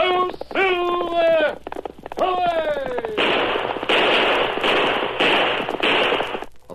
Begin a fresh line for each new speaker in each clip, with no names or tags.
Oh, Silver! Away!
A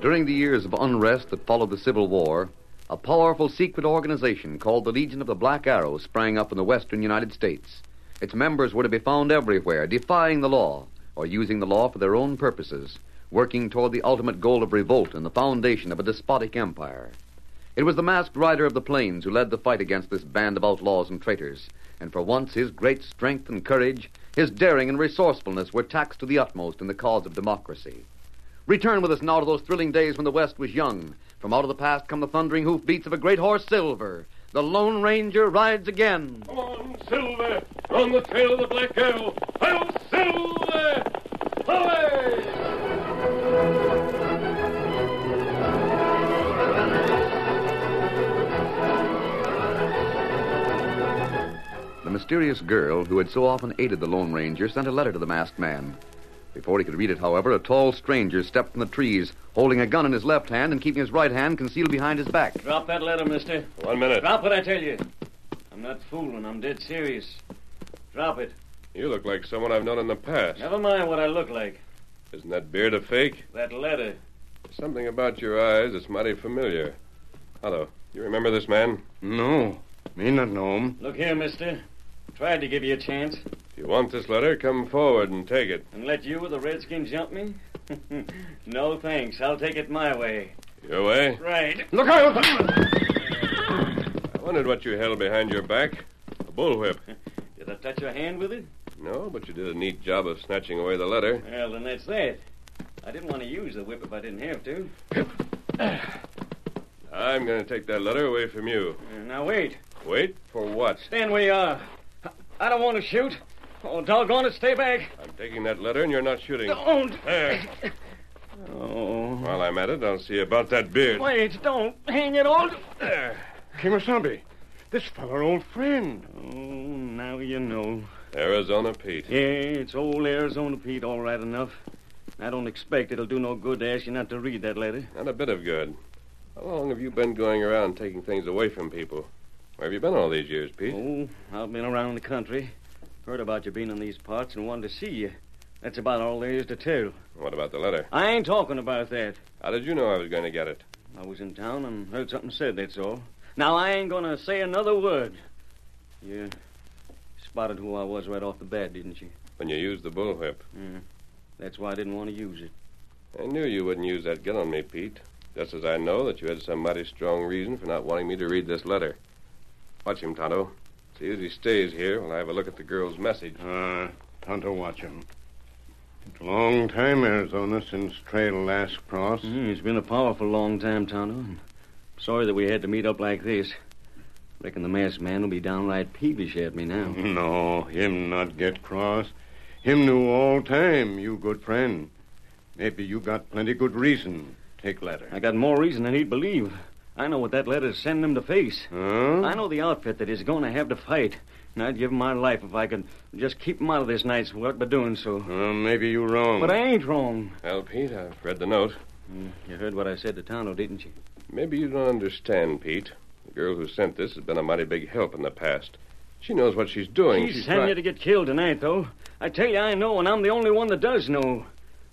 During the years of unrest that followed the Civil War, a powerful secret organization called the Legion of the Black Arrow sprang up in the western United States. Its members were to be found everywhere, defying the law or using the law for their own purposes, working toward the ultimate goal of revolt and the foundation of a despotic empire. It was the masked rider of the plains who led the fight against this band of outlaws and traitors, and for once his great strength and courage, his daring and resourcefulness were taxed to the utmost in the cause of democracy. Return with us now to those thrilling days when the West was young. From out of the past come the thundering hoofbeats of a great horse, Silver. The Lone Ranger rides again.
Come on, Silver! On the tail of the Black Arrow! Oh, Silver! Away!
The mysterious girl who had so often aided the Lone Ranger sent a letter to the masked man. Before he could read it, however, a tall stranger stepped from the trees, holding a gun in his left hand and keeping his right hand concealed behind his back.
Drop that letter, mister.
One minute.
Drop what I tell you. I'm not fooling. I'm dead serious. Drop it.
You look like someone I've known in the past.
Never mind what I look like.
Isn't that beard a fake?
That letter.
Something about your eyes that's mighty familiar. Hello. You remember this man?
No, me not know him.
Look here, mister. Tried to give you a chance
If you want this letter, come forward and take it.
and let you with the redskin jump me? no thanks. I'll take it my way.
Your way?
Right.
Look out!
I wondered what you held behind your back. A bullwhip.
Did I touch your hand with it?
No, but you did a neat job of snatching away the letter.
Well, then that's that. I didn't want to use the whip if I didn't have to.
I'm going to take that letter away from you.
Uh, now, wait.
Wait, for what?
Stand where you are. I don't want to shoot. Oh, doggone it, stay back.
I'm taking that letter and you're not shooting.
Don't.
There.
Oh,
While I'm at it, I'll see about that beard.
Wait, don't. Hang it all.
Kimasambi, this feller old friend.
Oh, now you know.
Arizona Pete.
Yeah, it's old Arizona Pete, all right enough. I don't expect it'll do no good to ask you not to read that letter.
Not a bit of good. How long have you been going around taking things away from people? Where have you been all these years, Pete?
Oh, I've been around the country, heard about you being in these parts, and wanted to see you. That's about all there is to tell.
What about the letter?
I ain't talking about that.
How did you know I was going to get it?
I was in town and heard something said, that's all. Now, I ain't gonna say another word. You spotted who I was right off the bat, didn't you?
When you used the bullwhip.
That's why I didn't want to use it.
I knew you wouldn't use that gun on me, Pete. Just as I know that you had some mighty strong reason for not wanting me to read this letter. Watch him, Tonto. See that he stays here while I have a look at the girl's message.
Uh, time to watch him. It's a long time, Arizona, since trail last crossed.
Mm, it's been a powerful long time, Tonto. And sorry that we had to meet up like this. Reckon the masked man will be downright peevish at me now.
No, Oh, him not get cross. Him knew all time, you good friend. Maybe you got plenty good reason. Take letter.
I got more reason than he'd believe. I know what that letter's sending him to face.
Huh?
I know the outfit that he's going to have to fight. And I'd give him my life if I could just keep him out of this night's work by doing so.
Well, maybe you wrong.
But I ain't wrong. Mm,
Well, Pete, I've read the note.
You heard what I said to Tonto, didn't you?
Maybe you don't understand, Pete. The girl who sent this has been a mighty big help in the past. She knows what she's doing.
He's sending
try-
you to get killed tonight, though. I tell you, I know, and I'm the only one that does know.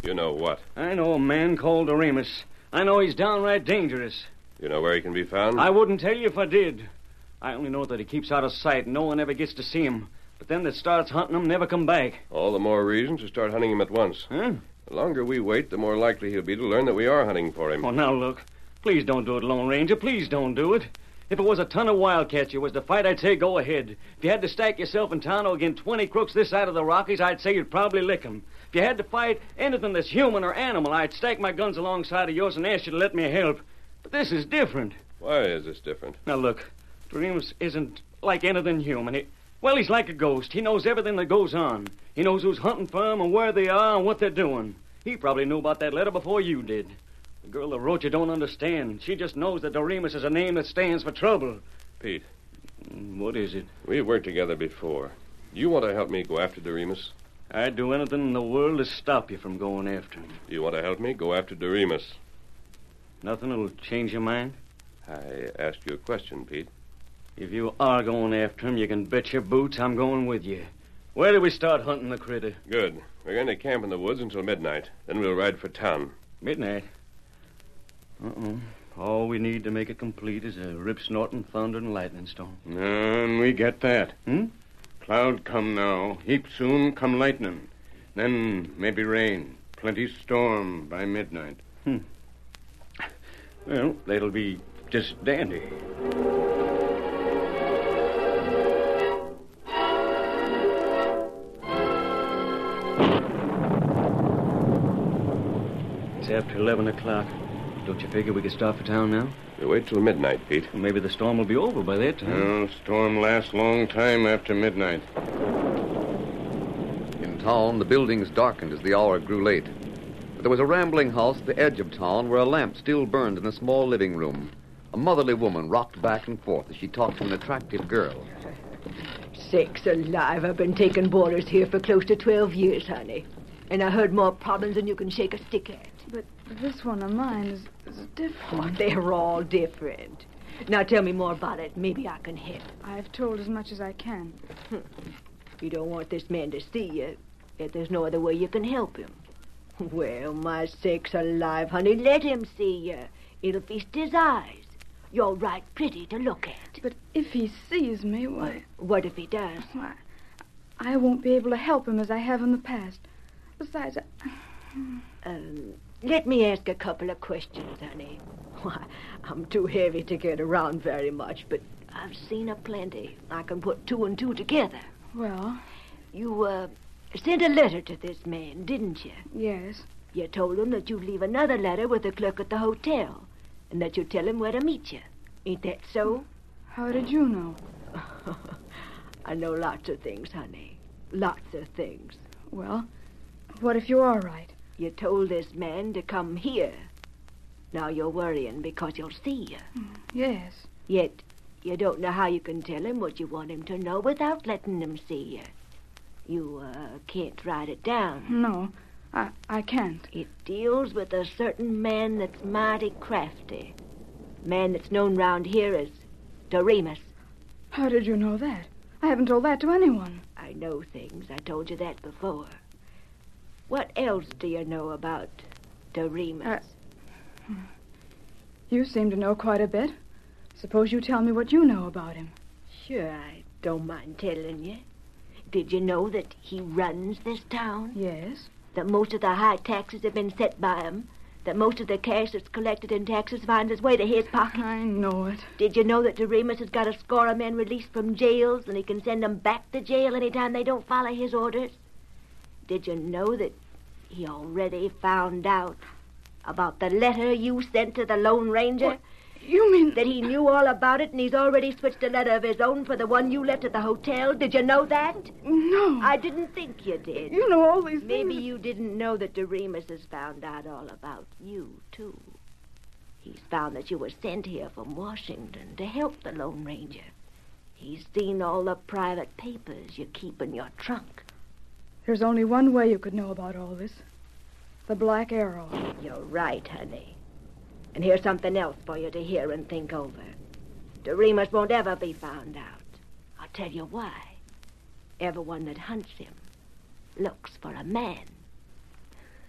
You know what?
I know a man called Aramis. I know he's downright dangerous.
You know where he can be found?
I wouldn't tell you if I did. I only know that he keeps out of sight, and no one ever gets to see him. But them that starts hunting him never come back.
All the more reason to start hunting him at once.
Huh?
The longer we wait, the more likely he'll be to learn that we are hunting for him.
Oh, now look. Please don't do it, Lone Ranger. Please don't do it. If it was a ton of wildcats you was to fight, I'd say go ahead. If you had to stack yourself and Tonto against 20 crooks this side of the Rockies, I'd say you'd probably lick 'em. If you had to fight anything that's human or animal, I'd stack my guns alongside of yours and ask you to let me help. But this is different.
Why is this different?
Now look, Dreams isn't like anything human. He, well, he's like a ghost. He knows everything that goes on. He knows who's hunting for 'em and where they are and what they're doing. He probably knew about that letter before you did. The girl that wrote you don't understand. She just knows that Doremus is a name that stands for trouble.
Pete.
Mm, What is it?
We've worked together before. Do you want to help me go after Doremus?
I'd do anything in the world to stop you from going after him.
Do you want to help me go after Doremus?
Nothing will change your mind.
I asked you a question, Pete.
If you are going after him, you can bet your boots I'm going with you. Where do we start hunting the critter?
Good. We're going to camp in the woods until midnight. Then we'll ride for town.
Midnight. Uh-oh. Uh-uh. All we need to make it complete is a rip snorting thunder and lightning storm.
And we get that.
Hmm?
Cloud come now. Heap soon come lightning. Then maybe rain. Plenty storm by midnight.
Well, that'll be just dandy. It's after 11 o'clock. Don't you figure we could start for town now?
We'll wait till midnight, Pete.
Maybe the storm will be over by that time.
Well, storm lasts long time after midnight.
In town, the buildings darkened as the hour grew late. But there was a rambling house at the edge of town where a lamp still burned in a small living room. A motherly woman rocked back and forth as she talked to an attractive girl.
Sakes alive, I've been taking boarders here for close to 12 years, honey. And I heard more problems than you can shake a stick at.
But this one of mine is, is
Oh,
different.
they're all different. Now tell me more about it. Maybe I can help.
I've told as much as I can.
You don't want this man to see you, yet there's no other way you can help him. Well, my sakes alive, honey, let him see you. It'll feast his eyes. You're right pretty to look at.
But if he sees me, why,
What if he does?
why, I won't be able to help him as I have in the past. Besides, I,
Um, let me ask a couple of questions, honey. Why, I'm too heavy to get around very much, but I've seen a plenty. I can put two and two together.
well,
You, uh, sent a letter to this man, didn't you?
yes,
You told him that you'd leave another letter with the clerk at the hotel, and that you'd tell him where to meet you. Ain't that so?
how did you know?
I know lots of things, honey. Lots of things.
Well, what if you are right?
You told this man to come here. Now you're worrying because he'll see you.
Yes,
Yet, you don't know how you can tell him what you want him to know without letting him see you. You uh, can't write it down.
no, I, I can't.
It deals with a certain man that's mighty crafty. Man that's known round here as Doremus.
How did you know that? I haven't told that to anyone.
I know things. I told you that before. What else do you know about Doremus?
Uh, You seem to know quite a bit. Suppose you tell me what you know about him.
sure, I don't mind telling you. Did you know that he runs this town?
Yes,
that most of the high taxes have been set by him, that most of the cash that's collected in taxes finds its way to his pocket.
I know it.
Did you know that Doremus has got a score of men released from jails and he can send them back to jail anytime they don't follow his orders? Did you know that he already found out about the letter you sent to the Lone Ranger?
What? You mean
That he knew all about it and he's already switched a letter of his own for the one you left at the hotel? Did you know that?
No.
I didn't think you did.
Mm. You know all these
Maybe
things.
you didn't know that Doremus has found out all about you, too. He's found that you were sent here from Washington to help the Lone Ranger. He's seen all the private papers you keep in your trunk.
There's only one way you could know about all this. The Black Arrow.
You're right, honey. And here's something else for you to hear and think over. Doremus won't ever be found out. I'll tell you why. Everyone that hunts him looks for a man.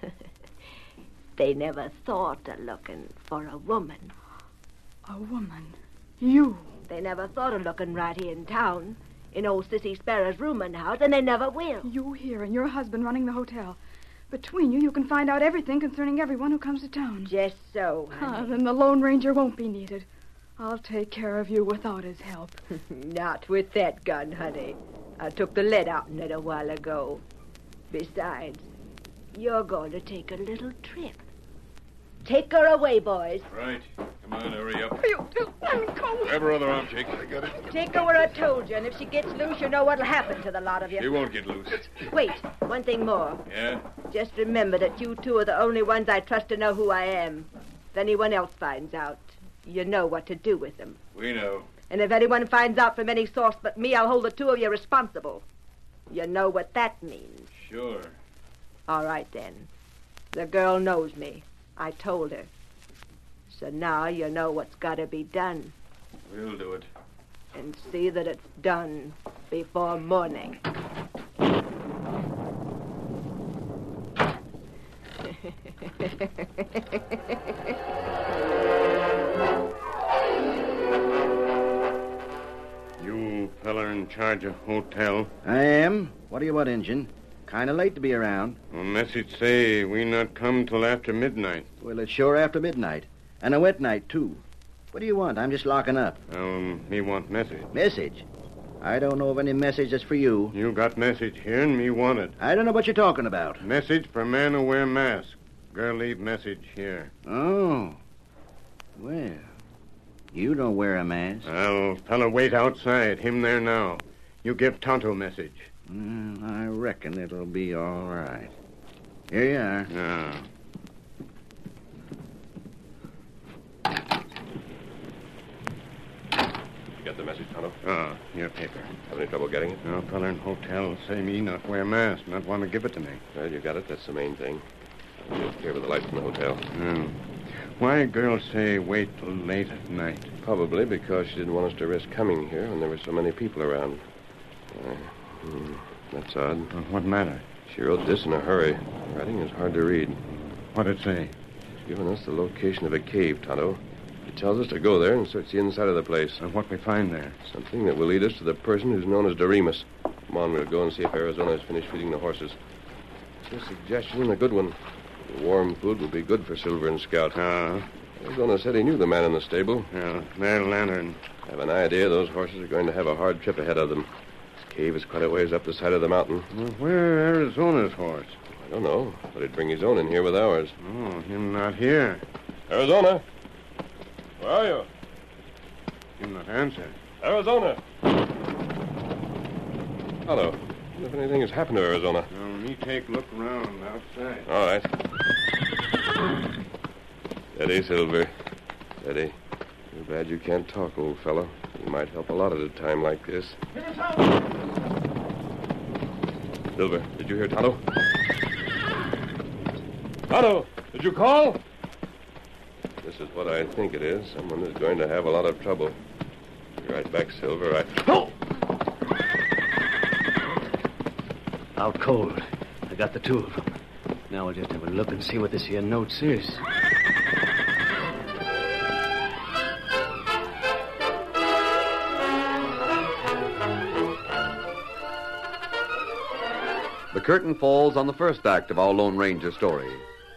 they never thought of looking for a woman.
A woman. You.
They never thought of looking right here in town, in old Sissy Sparrow's room and house, and they never will.
You here and your husband running the hotel. Between you, you can find out everything concerning everyone who comes to town.
Just so,
Ah,
honey.
then the Lone Ranger won't be needed. I'll take care of you without his help.
Not with that gun, honey. I took the lead out in it a while ago. Besides, you're going to take a little trip. Take her away, boys.
Right. Come on, hurry up.
You, I'm cold.
Grab her other arm, Jake. I got it.
Take her where I told you, and if she gets loose, you know what'll happen to the lot of
She
you.
won't get loose.
Wait, one thing more.
Yeah?
Just remember that you two are the only ones I trust to know who I am. If anyone else finds out, you know what to do with them.
We know.
And if anyone finds out from any source but me, I'll hold the two of you responsible. You know what that means.
Sure.
All right, then. The girl knows me. I told her. So now you know what's got to be done.
We'll do it.
And see that it's done before morning.
Hmm,
You feller in charge of hotel.
I am. What do you want, Injun? Kind of late to be around.
A message say we not come till after midnight.
Well, it's sure after midnight. And a wet night, too. What do you want? I'm just locking up.
Um, me want message.
Message? I don't know of any message that's for you.
You got message here and me want it.
I don't know what you're talking about.
Message for man who wear mask. Girl leave message here.
Oh. Well, you don't wear a mask.
Well, fella wait outside. Him there now. You give Tonto message.
Well, I reckon it'll be all right. Here you are.
No.
You got the message, Tonto?
Ah, your paper.
Have any trouble getting it?
No feller in hotel say me not wear mask. Not want to give it to me.
Well, you got it. That's the main thing. Just here with the lights in the hotel.
Hmm. Why girls say wait till late at night?
Probably because she didn't want us to risk coming here when there were so many people around. Uh, hmm, that's odd.
Uh, What matter?
She wrote this in a hurry. The writing is hard to read.
What it say?
She's given us the location of a cave, Tonto. She tells us to go there and search the inside of the place.
Uh, what we find there?
Something that will lead us to the person who's known as Doremus. Come on, we'll go and see if Arizona has finished feeding the horses. It's a suggestion and a good one. The warm food will be good for Silver and Scout.
Ah,
Arizona said he knew the man in the stable.
yeah, their lantern.
I have an idea those horses are going to have a hard trip ahead of them. This cave is quite a ways up the side of the mountain.
Well, where Arizona's horse?
I don't know, but he'd bring his own in here with ours.
Oh, him not here.
Arizona! Where are you?
Him not answer.
Arizona! Hello. I wonder if anything has happened to Arizona.
Now, me take look round outside.
All right. Steady, Silver. Steady. Too bad you can't talk, old fellow. You might help a lot at a time like this. Silver, did you hear Tonto? Tonto, did you call? This is what I think it is. Someone is going to have a lot of trouble. Be right back, Silver. I. Oh!
Out cold. I got the two of them. Now we'll just have a look and see what this here note says.
The curtain falls on the first act of our Lone Ranger story.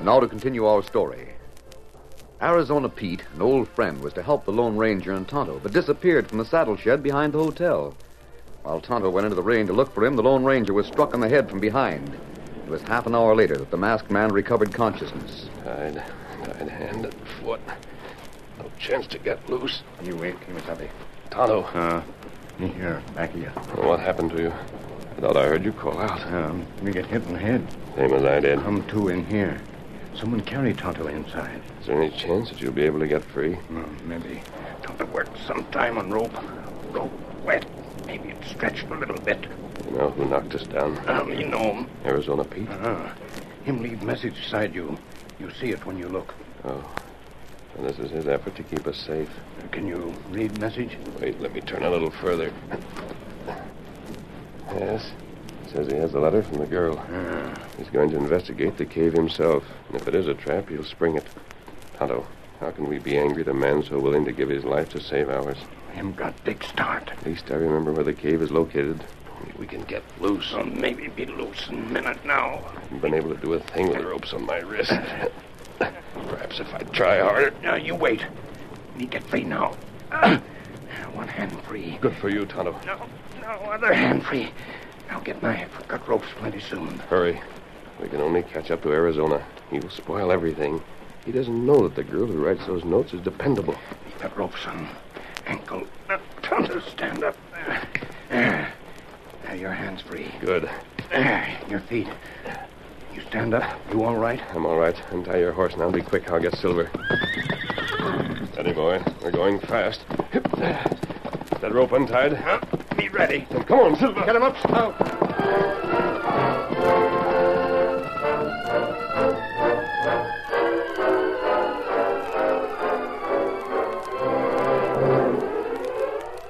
Now to continue our story. Arizona Pete, an old friend, was to help the Lone Ranger and Tonto, but disappeared from the saddle shed behind the hotel. While Tonto went into the rain to look for him, the Lone Ranger was struck on the head from behind. It was half an hour later that the masked man recovered consciousness.
Tied, tied hand and foot. No chance to get loose.
You wait, Kimasabi.
Tonto.
Uh, Here, back here.
What happened to you? I thought I heard you call out.
Um, we get hit in the head.
Same as I did.
Come to in here. Someone carried Tonto inside.
Is there any chance that you'll be able to get free?
Well, maybe Tonto worked some time on rope. Rope wet. Maybe it stretched a little bit.
You know who knocked us down?
Um, you know him.
Arizona Pete?
Ah, him leave message side you. You see it when you look.
Oh. And this is his effort to keep us safe.
Can you read message?
Wait, let me turn a little further. Yes. Says he has a letter from the girl. He's going to investigate the cave himself. And if it is a trap, he'll spring it. Tonto, how can we be angry at a man so willing to give his life to save ours?
Him got big start.
At least I remember where the cave is located. Only We can get loose.
So maybe be loose in a minute now.
I haven't been able to do a thing with the ropes on my wrist. Perhaps if I try harder.
Now you wait. Me get free now. One hand free.
Good for you, Tonto.
No, no, other hand free. Now get knife. Cut ropes plenty soon.
Hurry. We can only catch up to Arizona. He will spoil everything. He doesn't know that the girl who writes those notes is dependable.
Cut ropes on ankle. Now, Tonto, stand up. There. There. Now your hands free.
Good.
There. Your feet. You stand up. You all right?
I'm all right. Untie your horse now. Be quick. I'll get Silver. Steady, boy. We're going fast. Hip. That rope untied?
Be ready.
Then come on, Silver.
Get him up, Stout.
Oh.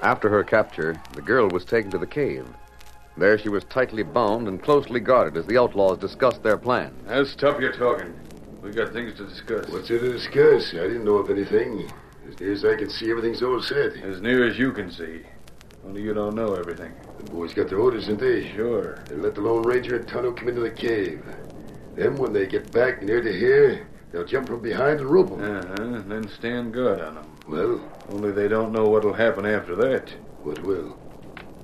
After her capture, the girl was taken to the cave. There she was tightly bound and closely guarded as the outlaws discussed their plan.
Now stop your talking. We got things to discuss.
What's there to discuss? I didn't know of anything. As near as I can see, everything's all set.
As near as you can see. Only you don't know everything.
The boys got their orders, didn't they?
Sure.
They let the Lone Ranger and Tonto come into the cave. Then, when they get back near to here, they'll jump from behind and rope 'em.
Uh-huh. And then stand guard on them.
Well,
Only they don't know what'll happen after that.
what will?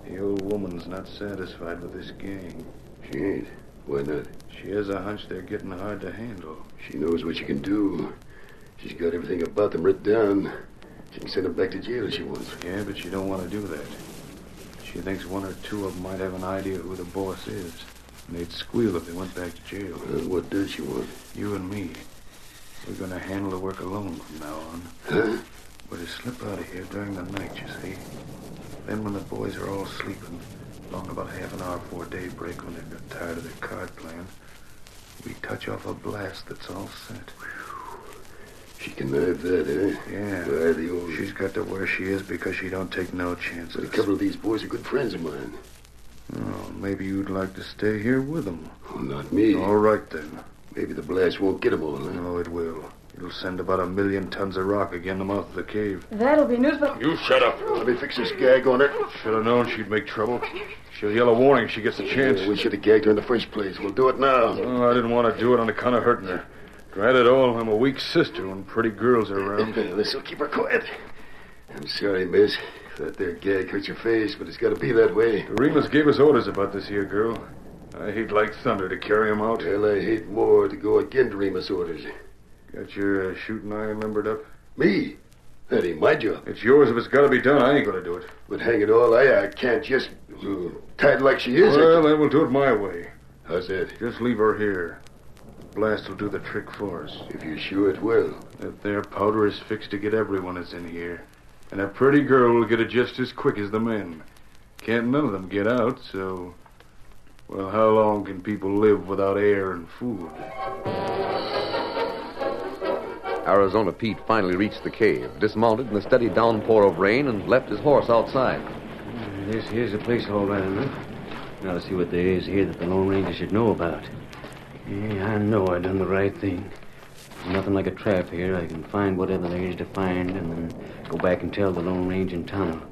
The old woman's not satisfied with this gang.
She ain't. Why not?
She has a hunch they're getting hard to handle.
She knows what she can do. She's got everything about them written down. She can send them back to jail if she wants.
Yeah, but she don't want to do that. She thinks one or two of them might have an idea who the boss is. And they'd squeal if they went back to jail.
Well, what does she want?
You and me. We're going to handle the work alone from now on.
Huh?
We're to slip out of here during the night, you see. Then when the boys are all sleeping, long about half an hour before daybreak when they've got tired of their card playing, we touch off a blast that's all set.
She connived that, eh?
Yeah.
By the old.
She's got to where she is because she don't take no
But a
chances.
couple of these boys are good friends of mine.
Oh, maybe you'd like to stay here with them.
Oh, not me.
All right, then.
Maybe the blast won't get 'em all, huh?
No, it will. It'll send about a million tons of rock again the mouth of the cave.
That'll be news, but
You shut up.
Let me fix this gag on her.
Should have known she'd make trouble. She'll yell a warning if she gets a chance.
Yeah, we should have gagged her in the first place. We'll do it now.
Oh, I didn't want to do it on account of hurting her. Drat it all, I'm a weak sister when pretty girls are around.
This'll keep her quiet. I'm sorry, miss. That there gag hurts your face, but it's got to be that way.
Remus gave us orders about this here girl. I hate like thunder to carry him out.
Well, I hate more to go against Remus' orders.
Got your uh, shooting iron limbered up?
Me? That ain't my job.
It's yours if it's got to be done. I ain't going to do it.
But hang it all, I, I can't just uh, tied like she is. I
Well, then we'll do it my way.
How's that?
Just leave her here. The blast will do the trick for us.
If you're sure it will.
That there powder is fixed to get everyone that's in here. And a pretty girl will get it just as quick as the men. Can't none of them get out, so. Well, how long can people live without air and food?
Arizona Pete finally reached the cave, dismounted in the steady downpour of rain, and left his horse outside.
This here's the place all round, huh? Now to see what there is here that the Lone Ranger should know about. Yeah, I know I done the right thing. There's nothing like a trap here. I can find whatever there is to find and then go back and tell the Lone Ranger and Tonto.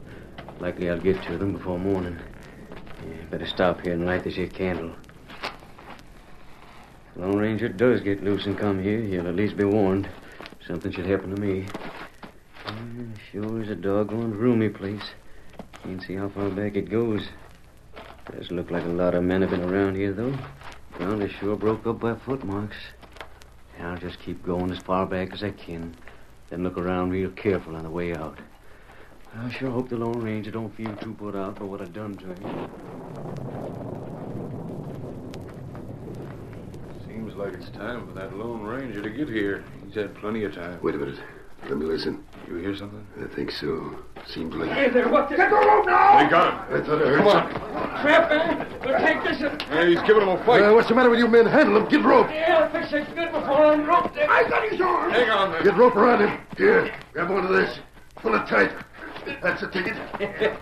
Likely I'll get to them before morning. Yeah, better stop here and light this here candle. If the Lone Ranger does get loose and come here, he'll at least be warned. Something should happen to me. Yeah, sure is a doggone roomy place. Can't see how far back it goes. Does look like a lot of men have been around here, though. Ground is sure broke up by footmarks. I'll just keep going as far back as I can, then look around real careful on the way out. I sure hope the Lone Ranger don't feel too put out for what I done to him.
Seems like it's time for that Lone Ranger to get here. He's had plenty of time.
Wait a minute. Let me listen.
You hear something?
I think so. Seems like.
Hey there, what the... Get the rope now!
They got him.
I thought I heard
Come on.
something.
Trap, eh? Well, take this and...
Hey, he's giving him a fight.
Uh, what's the matter with you men? Handle him. Get rope.
Yeah, I'll fix it good before I'm roped in. I got his arm!
Hang on there.
Get rope around him. Here, grab onto this. Pull it tight. That's the ticket.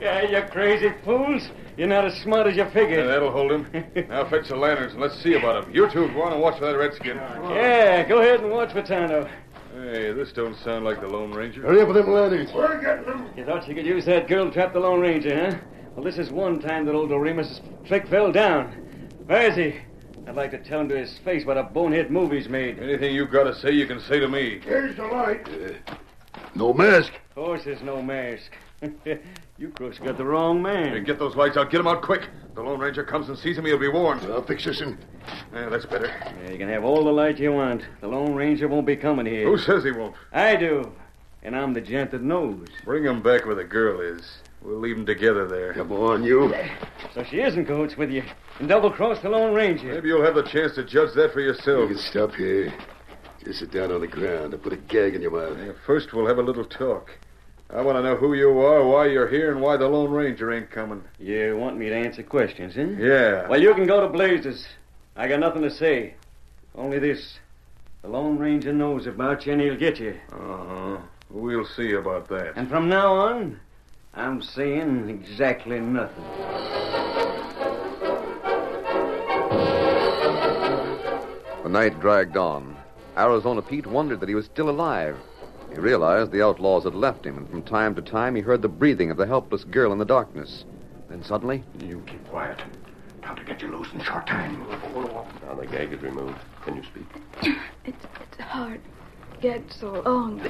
yeah, you crazy fools. You're not as smart as you
Yeah,
figured.
that'll hold him. now fix the lanterns and let's see about him. You two go on and watch for that redskin.
Yeah, go ahead and watch for Tonto.
Hey, this don't sound like the Lone Ranger.
Hurry up with them lanterns.
We're getting him.
You thought you could use that girl to trap the Lone Ranger, huh? Well, this is one time that old Doremus' trick fell down. Where is he? I'd like to tell him to his face what a bonehead movie's made.
Anything you gotta say, you can say to me.
Here's the light.
Uh, No mask.
Of course, there's no mask. you crooks got the wrong
Hey,
man.
get those lights out. Get him out quick. The Lone Ranger comes and sees him, he'll be warned.
I'll fix this and
Yeah, that's better.
Yeah, you can have all the light you want. The Lone Ranger won't be coming here.
Who says he won't?
I do. And I'm the gent that knows.
Bring him back where the girl is. We'll leave him together there.
Come on, you.
So she isn't coach with you. And double cross the Lone Ranger.
Maybe you'll have the chance to judge that for
You
yourself.
can stop here. Just sit down on the ground. I'll put a gag in your mouth.
Yeah, First, we'll have a little talk. I want to know who you are, why you're here, and why the Lone Ranger ain't coming.
You want me to answer questions, huh?
Yeah.
Well, you can go to Blazes. I got nothing to say. Only this. The Lone Ranger knows about you and he'll get you.
Uh huh. We'll see about that.
And from now on, I'm saying exactly nothing.
The night dragged on. Arizona Pete wondered that he was still alive. He realized the outlaws had left him, and from time to time he heard the breathing of the helpless girl in the darkness. Then suddenly,
You keep
Quiet. Time to get you loose in short time.
Now the gag is removed. Can you speak?
It's, it's hard. Get so long.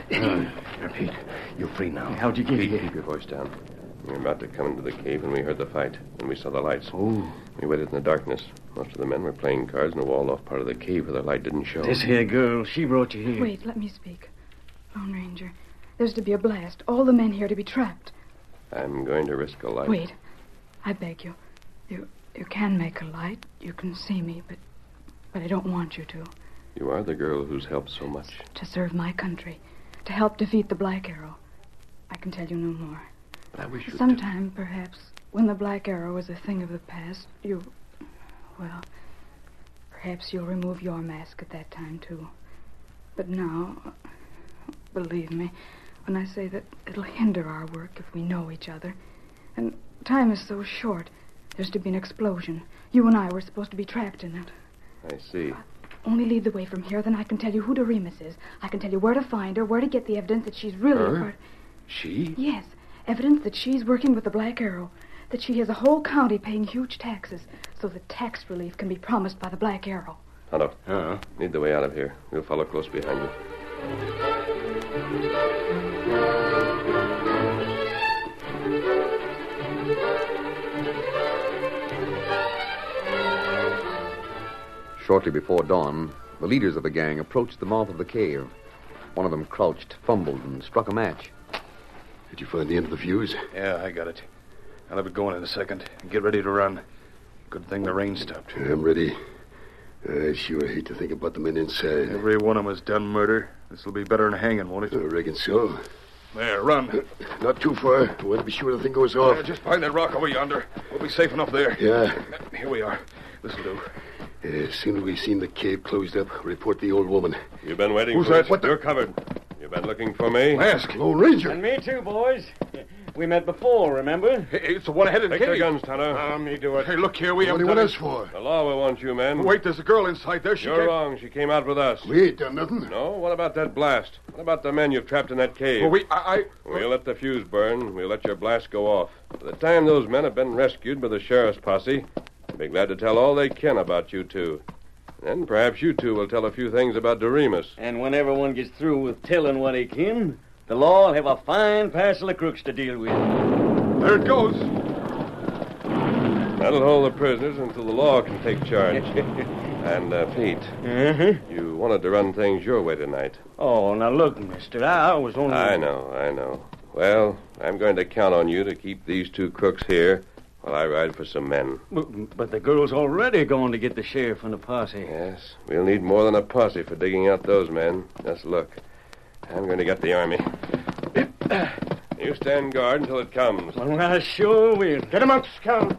Repeat. You're free now.
How'd you get here?
Keep your voice down. We were about to come into the cave when we heard the fight, and we saw the lights.
Oh,
We waited in the darkness. Most of the men were playing cards in a walled off part of the cave where the light didn't show.
This here girl, she brought you here.
Wait, let me speak. Lone Ranger, there's to be a blast. All the men here to be trapped.
I'm going to risk a light.
Wait. I beg you. You you can make a light. You can see me, but but I don't want you to.
You are the girl who's helped so much.
To serve my country. To help defeat the Black Arrow. I can tell you no more.
But I wish you'd.
Sometime, perhaps, when the Black Arrow is a thing of the past, you. Well, perhaps you'll remove your mask at that time, too. But now, believe me, when I say that it'll hinder our work if we know each other. And time is so short. There's to be an explosion. You and I were supposed to be trapped in it.
I see.
Only lead the way from here, then I can tell you who Doremus is. I can tell you where to find her, where to get the evidence that she's really
Her?
a part.
She?
Yes, evidence that she's working with the Black Arrow, that she has a whole county paying huge taxes, so that tax relief can be promised by the Black Arrow.
Tonto,
Huh?
lead the way out of here. We'll follow close behind you.
Shortly before dawn, the leaders of the gang approached the mouth of the cave. One of them crouched, fumbled, and struck a match.
Did you find the end of the fuse?
Yeah, I got it. I'll have it going in a second. Get ready to run. Good thing the rain stopped.
I'm ready. I sure hate to think about the men inside.
Every one of 'em has done murder. This'll be better than hanging, won't it?
I reckon so.
There, run.
Not too far. I want to be sure the thing goes off.
Yeah, just behind that rock over yonder. We'll be safe enough there.
Yeah.
Here we are. This'll do.
As soon as we've seen the cave closed up, report the old woman.
You've been waiting
Who's
for
that?
us.
What the-
You're covered. You've been looking for me?
Mask, Lone Ranger.
And me too, boys. We met before, remember?
It's a one-headed
Take their guns, Tonto.
Ah, me do it. Hey, look here. We
What do
haven't
you want
done
us for?
The law will want you, men.
it. Wait, there's a girl inside there. She
You're
can't...
wrong. She came out with us.
We ain't done nothing.
No? What about that blast? What about the men you've trapped in that cave?
Well, we... I...
We'll let the fuse burn. We'll let your blast go off. By the time those men have been rescued by the sheriff's posse, they'll be glad to tell all they can about you two. Then perhaps you two will tell a few things about Doremus.
And when everyone gets through with telling what he can, the law will have a fine parcel of crooks to deal with.
I... There it goes.
That'll hold the prisoners until the law can take charge. and, uh, Pete,
Uh-huh.
Mm-hmm.
you wanted to run things your way tonight.
Oh, now look, mister, I, I was only...
I know, I know. Well, I'm going to count on you to keep these two crooks here while I ride for some men.
But, but the girl's already going to get the sheriff and the posse.
Yes, we'll need more than a posse for digging out those men. Just look. I'm going to get the army. You stand guard until it comes.
Well, I sure will. Get him up, Scout.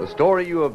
The story you have